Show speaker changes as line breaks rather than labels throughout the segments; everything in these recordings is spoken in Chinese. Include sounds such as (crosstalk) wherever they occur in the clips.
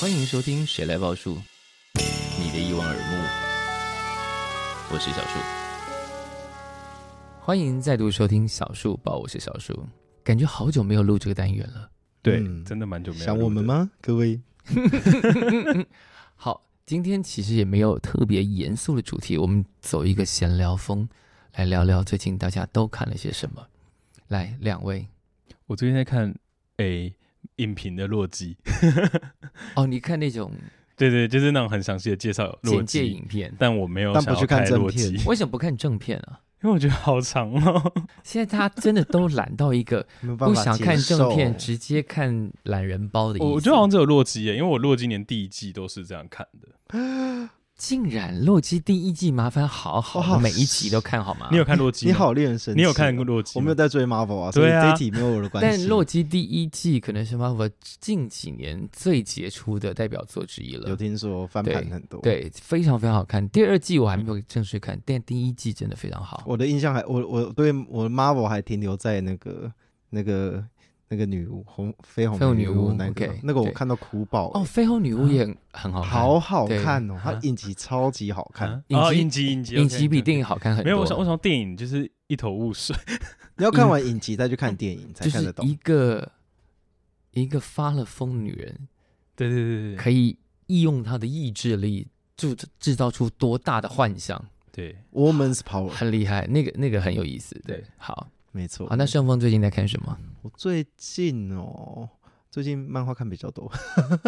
欢迎收听《谁来报数》，你的一望而目，我是小树。欢迎再度收听小树报，我是小树。感觉好久没有录这个单元了。 (laughs)
对，
嗯
真的蛮久没有
想
录
我们
的？
吗？各位，
好，今天其实也没有特别严肃的主题，我们走一个闲聊风，来聊聊最近大家都看了些什么。来，两位，
我最近在看诶、影评的《洛基》， (laughs)
哦，你看那种
对对，就是那种很详细的介绍洛
简介
基，
影片，
但我没有
但
想
不
要
去看
看
正
洛基， (laughs)
片
因
为什么不看正片啊？
为我觉得好长哦。
(laughs)
现在大家真的都懒到一个
没有办
不
法
想看
接
正
受
片，直接看懒人包的意思。
我我觉得好像只有洛基耶，因为我洛基连第一季都是这样看的。
竟然《洛基》第一季麻烦好好
哇
每一集都看好吗？
你有看洛基？
啊你，好令人生气。
你有看过？洛基？
哦我没有，在追 Marvel 啊，所以
对啊
这一题没有我的关系。
但《洛基》第一季可能是 Marvel 近几年最杰出的代表作之一
有
了。
听说翻盘很多，，
对，非常非常好看。第二季我还没有正式看，但第一季真的非常好。
我的印象还我我对我 Marvel 还停留在那个那个那个女巫红绯红
绯红
女
女巫
那个
OK，
那个我
对
看到哭爆
哦，《
欸，
绯红女巫》也很好看，
好好
对
看哦，它
啊
影集超级好看。
影
哦，
集
影集，影集，
影集比电
影
影好看很多。
没有。我想，我想电影就是一头雾水。 (laughs)
你要看完影集再去看电影才
就
看得
是
懂
一。个一个发了疯的女人，
对对对对
可以利用她的意志力制制造出多大的幻想，
对，
Woman's Power，
很厉害。那个那个很有意思。
对，
好，
没错
好，。那盛峰最近在看什么？
我最近哦，最近漫画看比较多，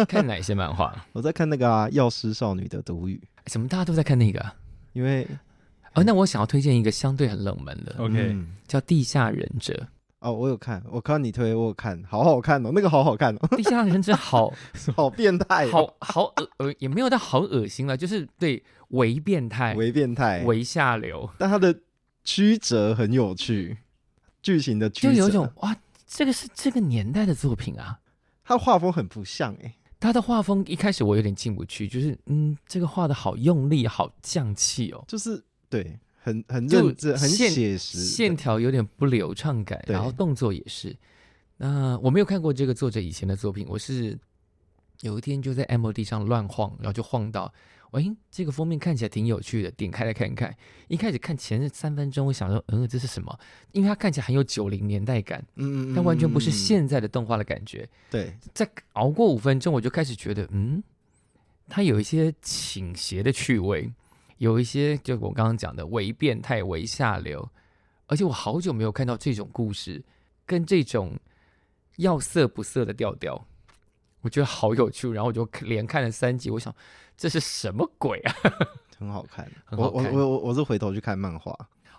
看哪些漫画？
我在看那个啊《药师少女的毒语》，
怎么大家都在看那个啊？
因为
哦，那我想要推荐一个相对很冷门的，
OK
嗯
叫《地下忍者
哦，我有看，我看到你推，我有看，好好看哦，那个好好看哦，》。 (laughs)
地下忍者好
好变态、哦，
好好恶呃，也没有到好恶心了，就是对伪变态、
伪变态，
伪下流，
但它的曲折很有趣，剧情的曲
就
折，
有一种哇，这个是这个年代的作品啊。
它画风很不像哎、
他的画风一开始我有点进不去，就是嗯，这个画的好用力，好匠气哦，
就是对，很很
就
认真，很
线
写实的，
线条有点不流畅感，
对
然后动作也是。那我没有看过这个作者以前的作品，我是有一天就在 MOD 上乱晃，然后就晃到，喂，这个封面看起来挺有趣的，点开来看看。一开始看前三分钟，我想说，嗯，这是什么？因为它看起来很有九零年代感，
嗯，嗯，
但完全不是
嗯，
现在的动画的感觉。
对，
再熬过五分钟，我就开始觉得，嗯，它有一些倾斜的趣味，有一些就我刚刚讲的为变态、为下流，而且我好久没有看到这种故事跟这种要色不色的调调，我觉得好有趣。然后我就连看了三集，我想这是什么鬼
(laughs)
啊？
很好看，
很好看
我我我我是回头去看漫画，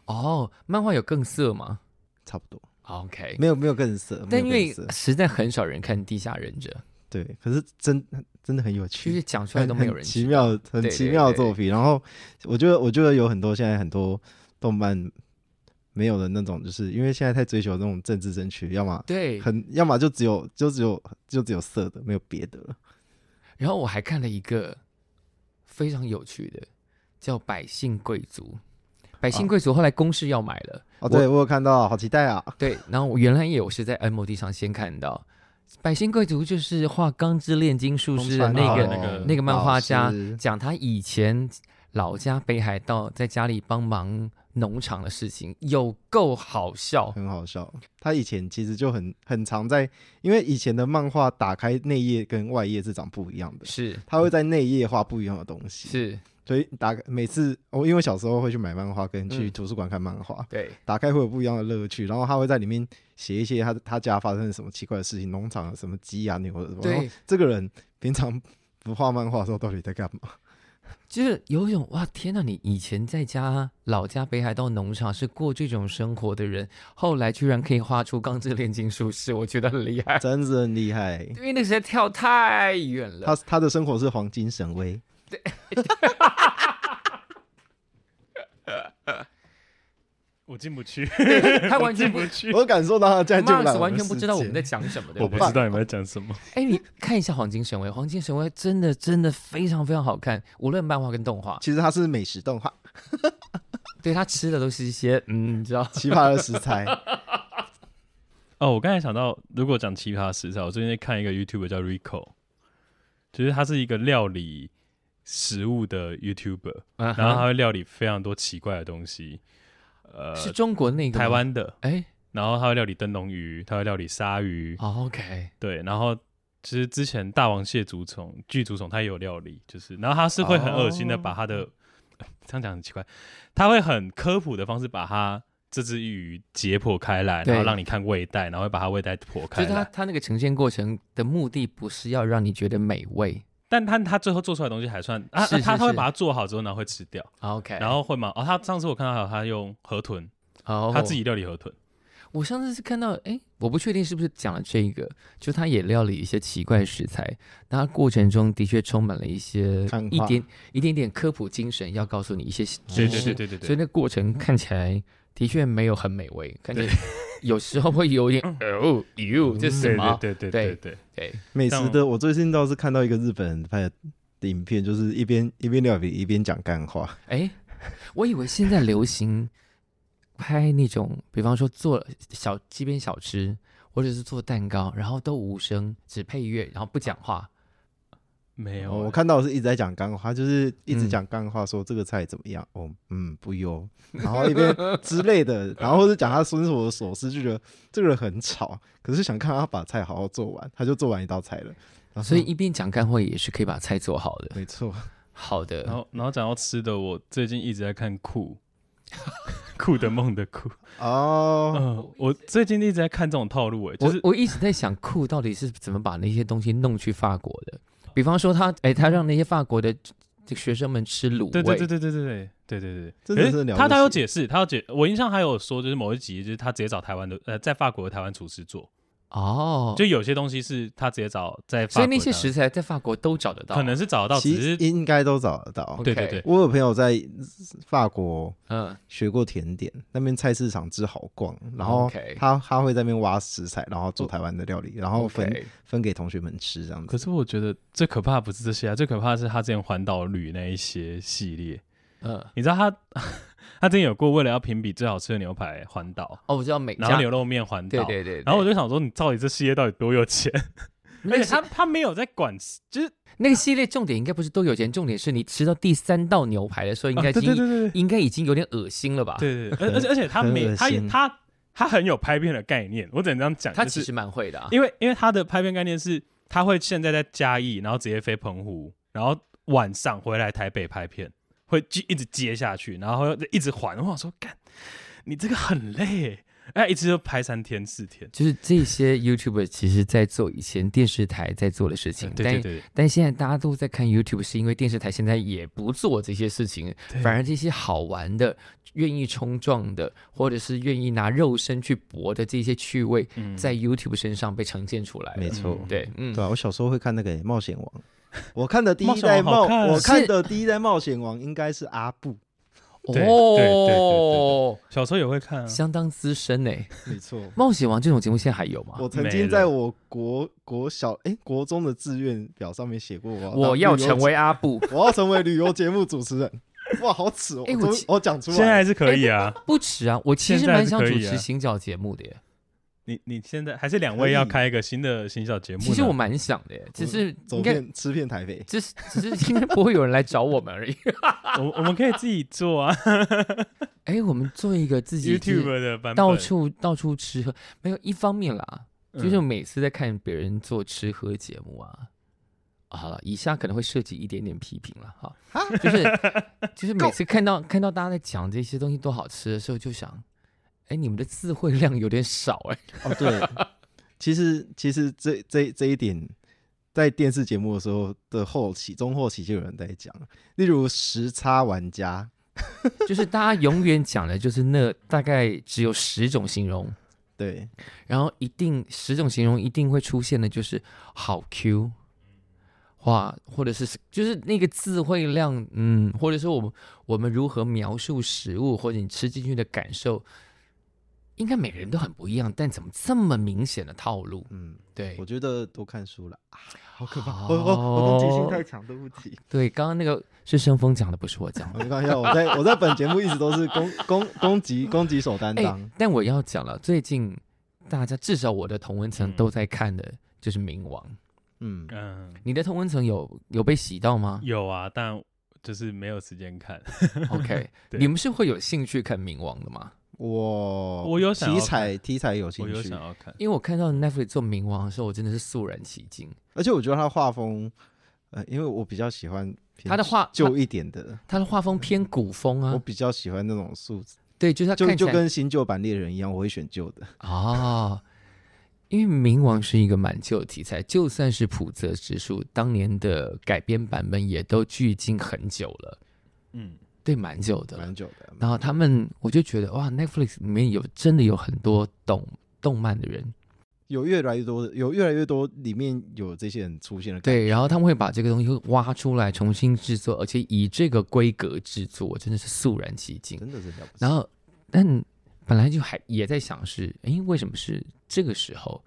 哦，漫画有更色吗
差不多，
？OK，
没有没有更色，没
但
有
因
更
为
色
实在很少人看《地下忍者
对，可是真真的很有》，
就
趣，
是讲出来都没有人
很
知
奇
道
妙、很
对
奇
对
妙的
对
作品。然后我觉得，我觉得有很多现在很多动漫没有的那种，就是因为现在太追求那种政治正确，要么
对，
很，要么就只有就只有就只有色的，没有别的了。
然后我还看了一个非常有趣的，叫《百姓贵族》。百姓贵族后来公示要买了，
哦，对我有看到，好期待啊！
对。然后我原来也有是在 MOD 上先看到，《百姓贵族》就是画《钢之炼金术师》的
红
那
川
个、
哦
那个
那个漫画家
老师，
讲他以前老家北海道在家里帮忙农场的事情，有够好笑。
很好笑。他以前其实就很很常在，因为以前的漫画打开内页跟外页是长不一样的，
是
他会在内页画不一样的东西。
是，
所以打开每次我、因为小时候会去买漫画，跟去
嗯
图书馆看漫画，
对
打开会有不一样的乐趣。然后他会在里面写一些他他家发生了什么奇怪的事情，农场有什么鸡啊牛啊什么。然后
对，
这个人平常不画漫画的时候到底在干嘛？
就是有一种哇，天呐！你以前在家老家北海道农场是过这种生活的人，后来居然可以画出钢之炼金术士，我觉得很厉害。
真是很厉害。
因为那个实在跳太远
他
了，
他的生活是黄金神威，
我进不去，
他完全不
进不去。
我感受到他
(laughs)
在进不来
，Max 完全不知道我们在
的世界。
讲什么，对
(laughs) 我
不
不
对？
知道你们在讲什么。
哎，你看一下《黄金神威》，《黄金神威》真的真的非常非常好看，无论漫画跟动画。
其实他是美食动画，
对他吃的都是一些嗯，你
(laughs)
知道，
奇葩的食
(laughs)
材。
哦，我刚才想到，如果讲奇葩食材，我最近在看一个 YouTube 叫 Rico，就是他是一个料理食物的 YouTuber，
然
然后他会料理非常多奇怪的东西，呃，
是中国那个吗
台湾的，
哎，
然后他会料理灯笼鱼，他会料理鲨鱼，
哦，OK，
对，然后其实之前大王蟹足虫、巨足虫它也有料理，就是，然后它是会很恶心的
哦
把它的，这样讲很奇怪，它会很科普的方式把它这只鱼解剖开来，
对
然后让你看胃袋，然后会把它胃袋剖
就
开
是他
来，
他那个呈现过程的目的不是要让你觉得美味
但它它最后做出来的东西还算，啊，
是是
它它会
是哎
把它做好之后然后会吃掉，
，OK，
然后会嘛，哦，它上次我看到还有它用河豚，
哦，
它自己料理河豚，
我上次是看到，哎，我不确定是不是讲了这个，就他也料理一些奇怪的食材，那他过程中的确充满了一些
看
一
画
点一点点科普精神，要告诉你一些
对
知
对
识
对，对对
所以
对，
那过程看起来的确没有很美味，感觉 (laughs) 有时候会有一点哦哟，这是什么？
嗯对对对
对
对对，
对，
美食
像
的，我最近倒是看到一个日本人拍的影片，就是一边一边料理一边讲干话。
哎，我以为现在流行拍那种，比方说做小街边小吃，或者是做蛋糕，然后都无声，只配乐，然后不讲话。
没
哦
有，啊
哦我看到是一直在讲干话，他就是一直
嗯
讲干话，说这个菜怎么样？哦，嗯，不优，然后一边之类
(laughs)
的，然后或者讲他伸手的所思，就觉得这个人很吵，可是想看他把菜好好做完，他就做完一道菜了。
啊
然后
所以
嗯
一边讲干货也是可以把菜做好的。
没
(laughs)
错，
好
然
的，
后，然后讲到吃的，我最近一直在看酷， (laughs) 酷的梦的酷。
哦，
嗯，我最近一直在看这种套路、欸，就是
我我一直在想酷到底是怎么把那些东西弄去法国的。
哦
比方说他，哎，他让那些法国的这学生们吃卤味，
对对对对对对对对对对，
真的
可
是了不
他他
起
有解释，他有解，我印象还有说，就是某一集就是他直接找台湾的，呃，在法国的台湾厨师做，
哦，
就有些东西是他直接找在法
所
国
以
的，
那些食材在法国都找得到，
可能是找得到，
其
只
实
是
应该都找得到。
对对
OK
对，
我有朋友在法国
嗯，
学过甜点，那边菜市场之好逛，然
哦
后
OK
他他会在那边挖食材，然后做台湾的料理，
哦
然后分
OK
分给同学们吃这样
可
子。
是我觉得最可怕的不是这些啊，最可怕的是他之前环岛旅那一些系列，
嗯，
你知道他 (laughs) 他之前有过为了要评比最好吃的牛排环岛，
哦，我知道美
然后
加，
牛肉面环岛，
对对对，
然后我
就
就想说，你到底这系列到底多有钱？而 (laughs) 且他他没有在管，就是
那个系列重点应该不是都有钱，重点是你吃到第三道牛排的时候，应该
啊
已
对
经、
对对对
应该已经有点恶心了吧？，
对对对，而而且而且他
很
没
恶
他也
心
他他很有拍片的概念，我只能这样讲，
他
就
其
是
实蛮会
(laughs)
的、啊，
因为因为他的拍片概念是他会现在在嘉义，然后直接飞澎湖，然后晚上回来台北拍片，会继一直接下去，然后一直还。我想说，干，你这个很累，哎，一直就拍三天四天。
就是这些 YouTuber 其实在做以前电视台在做的事情，
对对
但
对，
但现在大家都在看 YouTube，是因为电视台现在也不做这些事情，
对
反而这些好玩的、愿意冲撞的，或者是愿意拿肉身去搏的这些趣味，
嗯
在 YouTube 身上被呈现出来了
没错，
嗯
对，嗯，
对啊，我小时候会看那个欸《冒险王》， (laughs) 我看的第一代
冒险王好
冒，
看
我看的第一代《冒险王》应该是阿布，
哦，
对对对对对小时候也会看啊，
相当资深呢、
没错。
冒险王》这种节目现在还有吗？
我曾
没
经
了
在我国国小哎、国中的志愿表上面写过我
我
当
要
旅游
成为阿布， (laughs)
我要成为旅游节目主持人。 (laughs) 哇，好耻哦！
欸我
我终
其
于我讲出来
现在
了，
还是可以啊。
不迟啊！我其实
现在
蛮
是
想
可
主
以啊
持行脚节目的耶，
你你现在还是两
可
位要
以
开一个新的新小节目呢？
其实我蛮想的耶，只是
嗯走
应该
遍吃遍台
(laughs)
北。
只是只是应该不会有人来找我们而已。
我我们可以自己做啊
(laughs) 哎、我们做一个自己就是
，YouTube 的版本。
到处到处吃喝，没有一方面啦，
嗯
就是我每次在看别人做吃喝节目啊。啊好了，以下可能会涉及一点点批评了哈，
(laughs)
就是就是每次看到看到大家在讲这些东西多好吃的时候，就想，哎，你们的词汇量有点少哎、
(laughs)
哦，对，其实其实这这这一点，在电视节目的时候的后期、中后期就有人在讲，例如时差玩家，
就是大家永远讲的就是那大概只有十种形容，
对，
然后一定十种形容一定会出现的就是好 Q，哇，或者是就是那个词汇量，嗯，或者说我们我们如何描述食物，或者你吃进去的感受，应该每个人都很不一样，但怎么这么明显的套路？
嗯，
对
我觉得多看书了啊，好可怕！
好
我我我攻击性太强，对不起。
对，刚刚那个是申峰讲的，不是我讲的。
我 (laughs) 没关系，啊我在我在本节目一直都是攻攻攻击攻击手担
哎、
当。
但我要讲了，最近大家至少我的同文层
嗯
都在看的就是冥王。
嗯，
嗯，
你的同文层有有被洗到吗
有啊，但就是没有时间看。
？OK，
(laughs) 对
你们是会有兴趣看冥王的吗？
我
我有想要
题材题材有兴
我有
趣
想，要看，
因为我看到 Netflix 做冥王的时候，我真的是肃然起敬。
而且我觉得他画风，呃，因为我比较喜欢偏
他的画
旧一点的，
他的画风偏古风
我
啊，
比较喜欢那种素质，
对，就是他
就
看起
就
来
跟新旧版猎人一样，我会选旧的。
哦，因为冥王是一个蛮旧的题材，就算是普泽直树当年的改编版本，也都距今很久了，
嗯，
对，蛮久的了
蛮。久的。
然后他们，我就觉得哇，Netflix 里面有真的有很多懂动漫的人，
有越来越多的，有越来越多里面有这些人出现了。，
对，然后他们会把这个东西挖出来重新制作，而且以这个规格制作，真的是肃然起敬。
真的是了不起。
然后，但本来就还也在想是，诶，为什么是这个时候？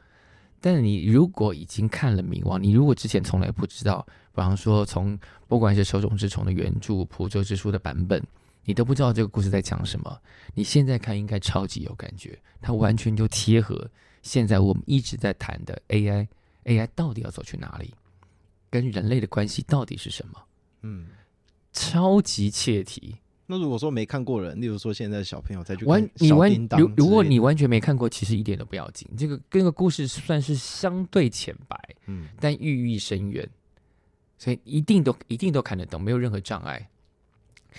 但你如果已经看了《冥王》，你如果之前从来不知道，比方说从不管是《手冢治虫》的原著《蒲州之书》的版本，你都不知道这个故事在讲什么，你现在看应该超级有感觉，它完全就贴合现在我们一直在谈的 AI，AI 到底要走去哪里，跟人类的关系到底是什么，
嗯，
超级切题。
那如果说没看过人，例如说现在小朋友再去
完
看，
你
小
完
叮当
如如果
之类的
你完全没看过，其实一点都不要紧。这个这个故事算是相对浅白，
嗯，
但寓意深远，所以一定都一定都看得懂，没有任何障碍。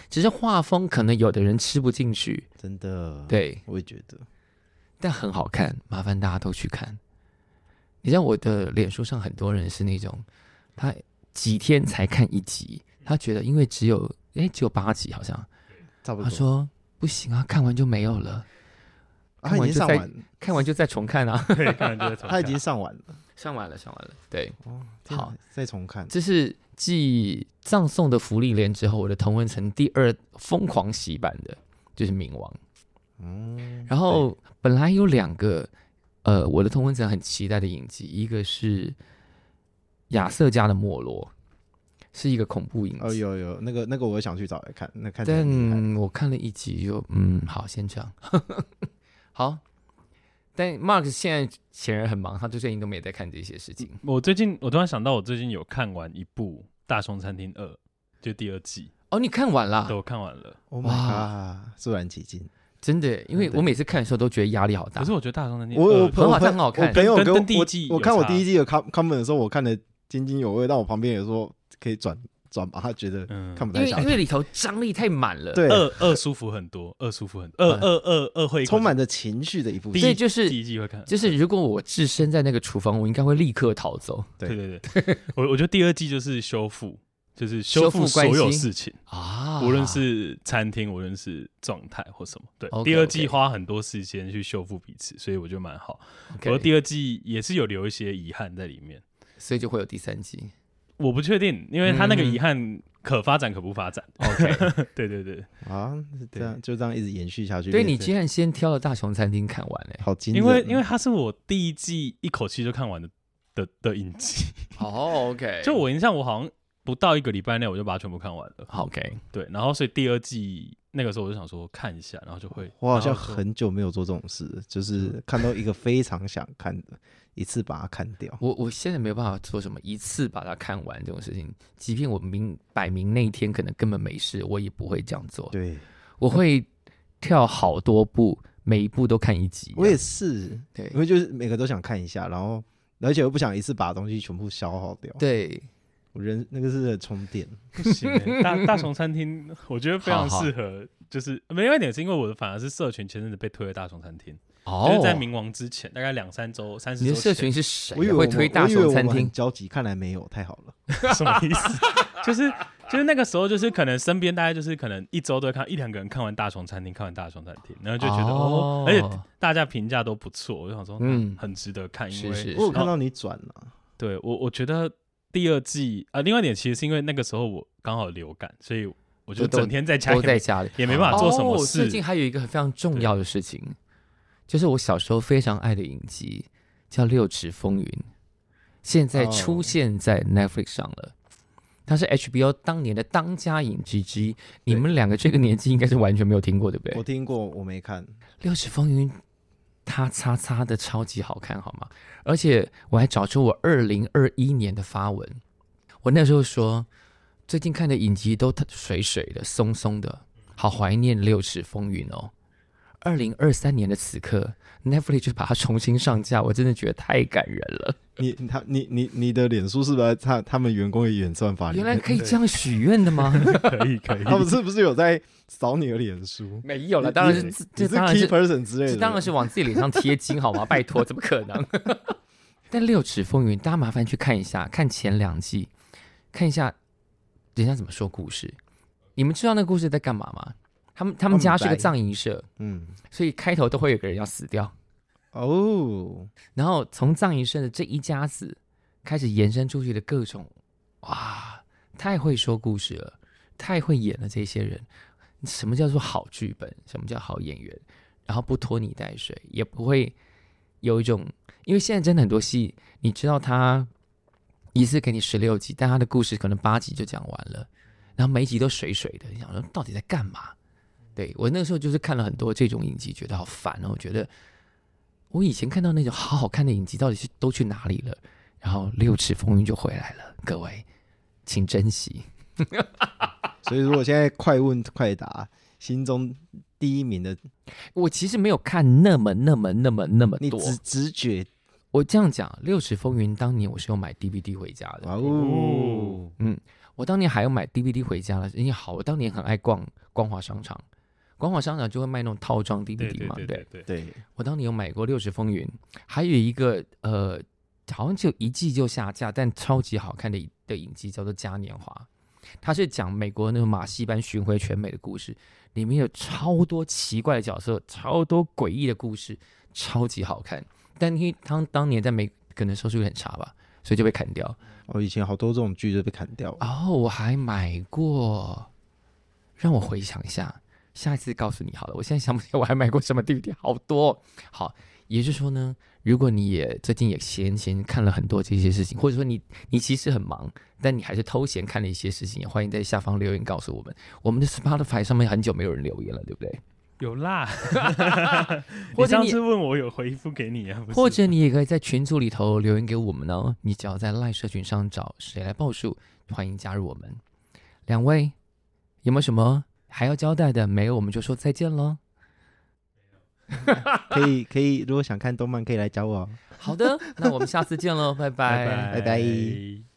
只是画风可能有的人吃不进去，
真的，，
对，
我也觉得，
但很好看，麻烦大家都去看。你像我的脸书上很多人是那种，他几天才看一集，他觉得因为只有诶只有八集好像，
差不
他
多。
说不行啊，看完就没有了，看
啊他已
完
经
就
上
在
完，
看完就再重看啊。
可以看就在重看
他已经上完了。
上完了，上完了。对，
哦，天
好
哪，再重看。
这是继葬送的福利连之后，我的同文层第二疯狂洗版的就是冥王。
嗯，
然后本来有两个，呃，我的同文层很期待的影集，一个是亚瑟家的没落，是一个恐怖影
对哦，
集。
有有那个那个，我想去找来看，那看起来很厉害。
但我看了一集就嗯，好，先这样。好，但 Mark 现在显然很忙，他最近都没有在看这些事
嗯
情。
我最近我突然想到，我最近有看完一部《大熊餐厅二》，就第二季，
哦，你看完啦
啊
对，？我看完了。
Oh
哇
my god，肃然起敬。
真的，因为
对
我每次看的时候都觉得压力好大
可是。我觉得《大熊餐厅
我
二
我》
很好
我朋
很好看
我朋友
呃跟
给我
跟第一季
我，我
有
看我
差
第一季的 com comment 的时候，我看的津津有味，但我旁边也说可以转转吧，他觉得
嗯，
看不
因
太
为
下
因
去。
为里头张力太满了，，
对，嗯
二二舒服很多，二舒服很多，二二二二会
充满着情绪的一部
第
戏。
所以
一
就是
第一季会看，
就是如果我置身在那个厨房，我应该会立刻逃走
对对对，我我觉得第二季就是修复，就是
修
修
复
复所
关
有
系
事情，
啊
无论是餐厅，无论是状态或什么。对
OK，
第二季
OK
花很多时间去修复彼此，所以我觉得蛮好。
OK，
而第二季也是有留一些遗憾在里面，
所以就会有第三季。
我不确定，因为他那个
嗯
遗憾可发展可不发展。
(laughs) OK，
(laughs) 对对对，
啊，这样就这样一直延续下去。
对
变
你
成
竟然先挑了大熊餐厅看完嘞、欸
好惊人
因
哦，
为因为它是我第一季一口气就看完的的的影集，
哦，OK，
就我印象我好像不到一个礼拜内我就把它全部看完了。
好 OK，
对，然后所以第二季那个时候我就想说看一下，然后就会
我好像
然后就
很久没有做这种事，
嗯
就是看到一个非常想看的，一次把它看掉。
我我现在没有办法做什么一次把它看完这种事情，即便我明摆明那一天可能根本没事，我也不会这样做，
对，
我会跳好多部，每一部都看一集。啊
我也是，
对
因为就是每个都想看一下，然后而且又不想一次把东西全部消耗掉。
对，
我人那个是充电，
不行
(laughs)
欸、大大熊餐厅，我觉得非常
好好
适合，就是没有一点是因为我的反而是社群前阵子被推了大熊餐厅，
哦，
就是在冥王之前大概两三周、三十
你
周
的社
前
群是谁啊？
我以为
会
我们
推大
我以为
熊
我
餐
们
厅
很？焦急，看来没有，太好了。
(laughs) 什么意思？就是就是那个时候，就是可能身边大概就是可能一周都会看一两个人看完大熊餐厅，看完大熊餐厅，然后就觉得
哦
哦，而且大家评价都不错，我就想说，
嗯
嗯，很值得看，因
是
为
是
我有
是，
看到你转了，
对我我觉得第二季啊、呃另外一点其实是因为那个时候我刚好流感，所以我就
都都
整天在家
都
也
在
没
家里。
也没办法做什么
哦。
事
最，近还有一个非常重要的事情，就是我小时候非常爱的影集，叫《六尺风云》，现在
哦
出现在 Netflix 上了。它是 HBO 当年的当家影集之一，你们两个这个年纪应该是完全没有听过，对不对？
我
《
听过，我没看。
六尺风云》它擦擦的超级好看，好吗？而且我还找出我二零二一年的发文，我那时候说，最近看的影集都水水的、松松的，好怀念《六尺风云》哦。二零二三年的此刻，Netflix 就把它重新上架，我真的觉得太感人了。
你他你你你的脸书是不是在他他们员工的演算法里
原
面？
来可以这样许愿的吗？
可以可以，
哦
他们是不是有在扫你的脸书？
(laughs) 没有
你
了，当然是
你是
这
是
当然
key
是
person 之类的，
这当然是往自己脸上贴金，好吗？拜托，怎么可能？但《六尺风云》，大家麻烦去看一下，看前两季，看一下人家怎么说故事。你们知道那个故事在干嘛吗？他们他们家是个藏营社，
嗯
所以开头都会有个人要死掉，
哦，
然后从藏营社的这一家子开始延伸出去的各种，哇，太会说故事了，太会演了这些人。什么叫做好剧本？什么叫好演员？然后不拖泥带水，也不会有一种，因为现在真的很多戏，你知道它一次给你十六集，但它的故事可能八集就讲完了，然后每一集都水水的，你想说到底在干嘛？对我那个时候就是看了很多这种影集，觉得好烦哦，我觉得我以前看到那种好好看的影集，到底是都去哪里了？然后《六尺风云》就回来了，各位，请珍惜。
所以如果现在快问快答，心中第一名的，
我其实没有看那么、那么、那么、那么
你
多。
直直觉
我这样讲，《六尺风云》当年我是有买 DVD 回家的，
啊
哇哦，
我当年还有买 DVD 回家了，因为好，我当年很爱逛光华商场，光华商场就会卖那种套装
对
DVD
对
嘛，不
对对对，
对，
我当年有买过《六十风云》，还有一个呃，好像只有一季就下架，但超级好看的的影集叫做《嘉年华》，它是讲美国那个马戏班巡回全美的故事，里面有超多奇怪的角色，超多诡异的故事，超级好看。但因为他当年在美可能收视率很差吧，所以就被砍掉。
哦，以前好多这种剧都被砍掉了，
然后哦我还买过，让我回想一下，下一次告诉你好了。我现在想不起来我还买过什么 DVD，好多哦。好，也就是说呢，如果你也最近也闲闲看了很多这些事情，或者说你你其实很忙，但你还是偷闲看了一些事情，也欢迎在下方留言告诉我们。我们的 Spotify 上面很久没有人留言了，对不对？
有辣。
或
你
者
上
你
次问我有回复给你啊，不是
或者你也可以在群组里头留言给我们哦。你只要在赖社群上找“谁来报数”，欢迎加入我们。两位有没有什么还要交代的？没有，我们就说再见喽。
可以可
(laughs)
以，如果想看动漫可以来找我哦。
好的，那我们下次见喽，拜
拜
拜
拜拜
拜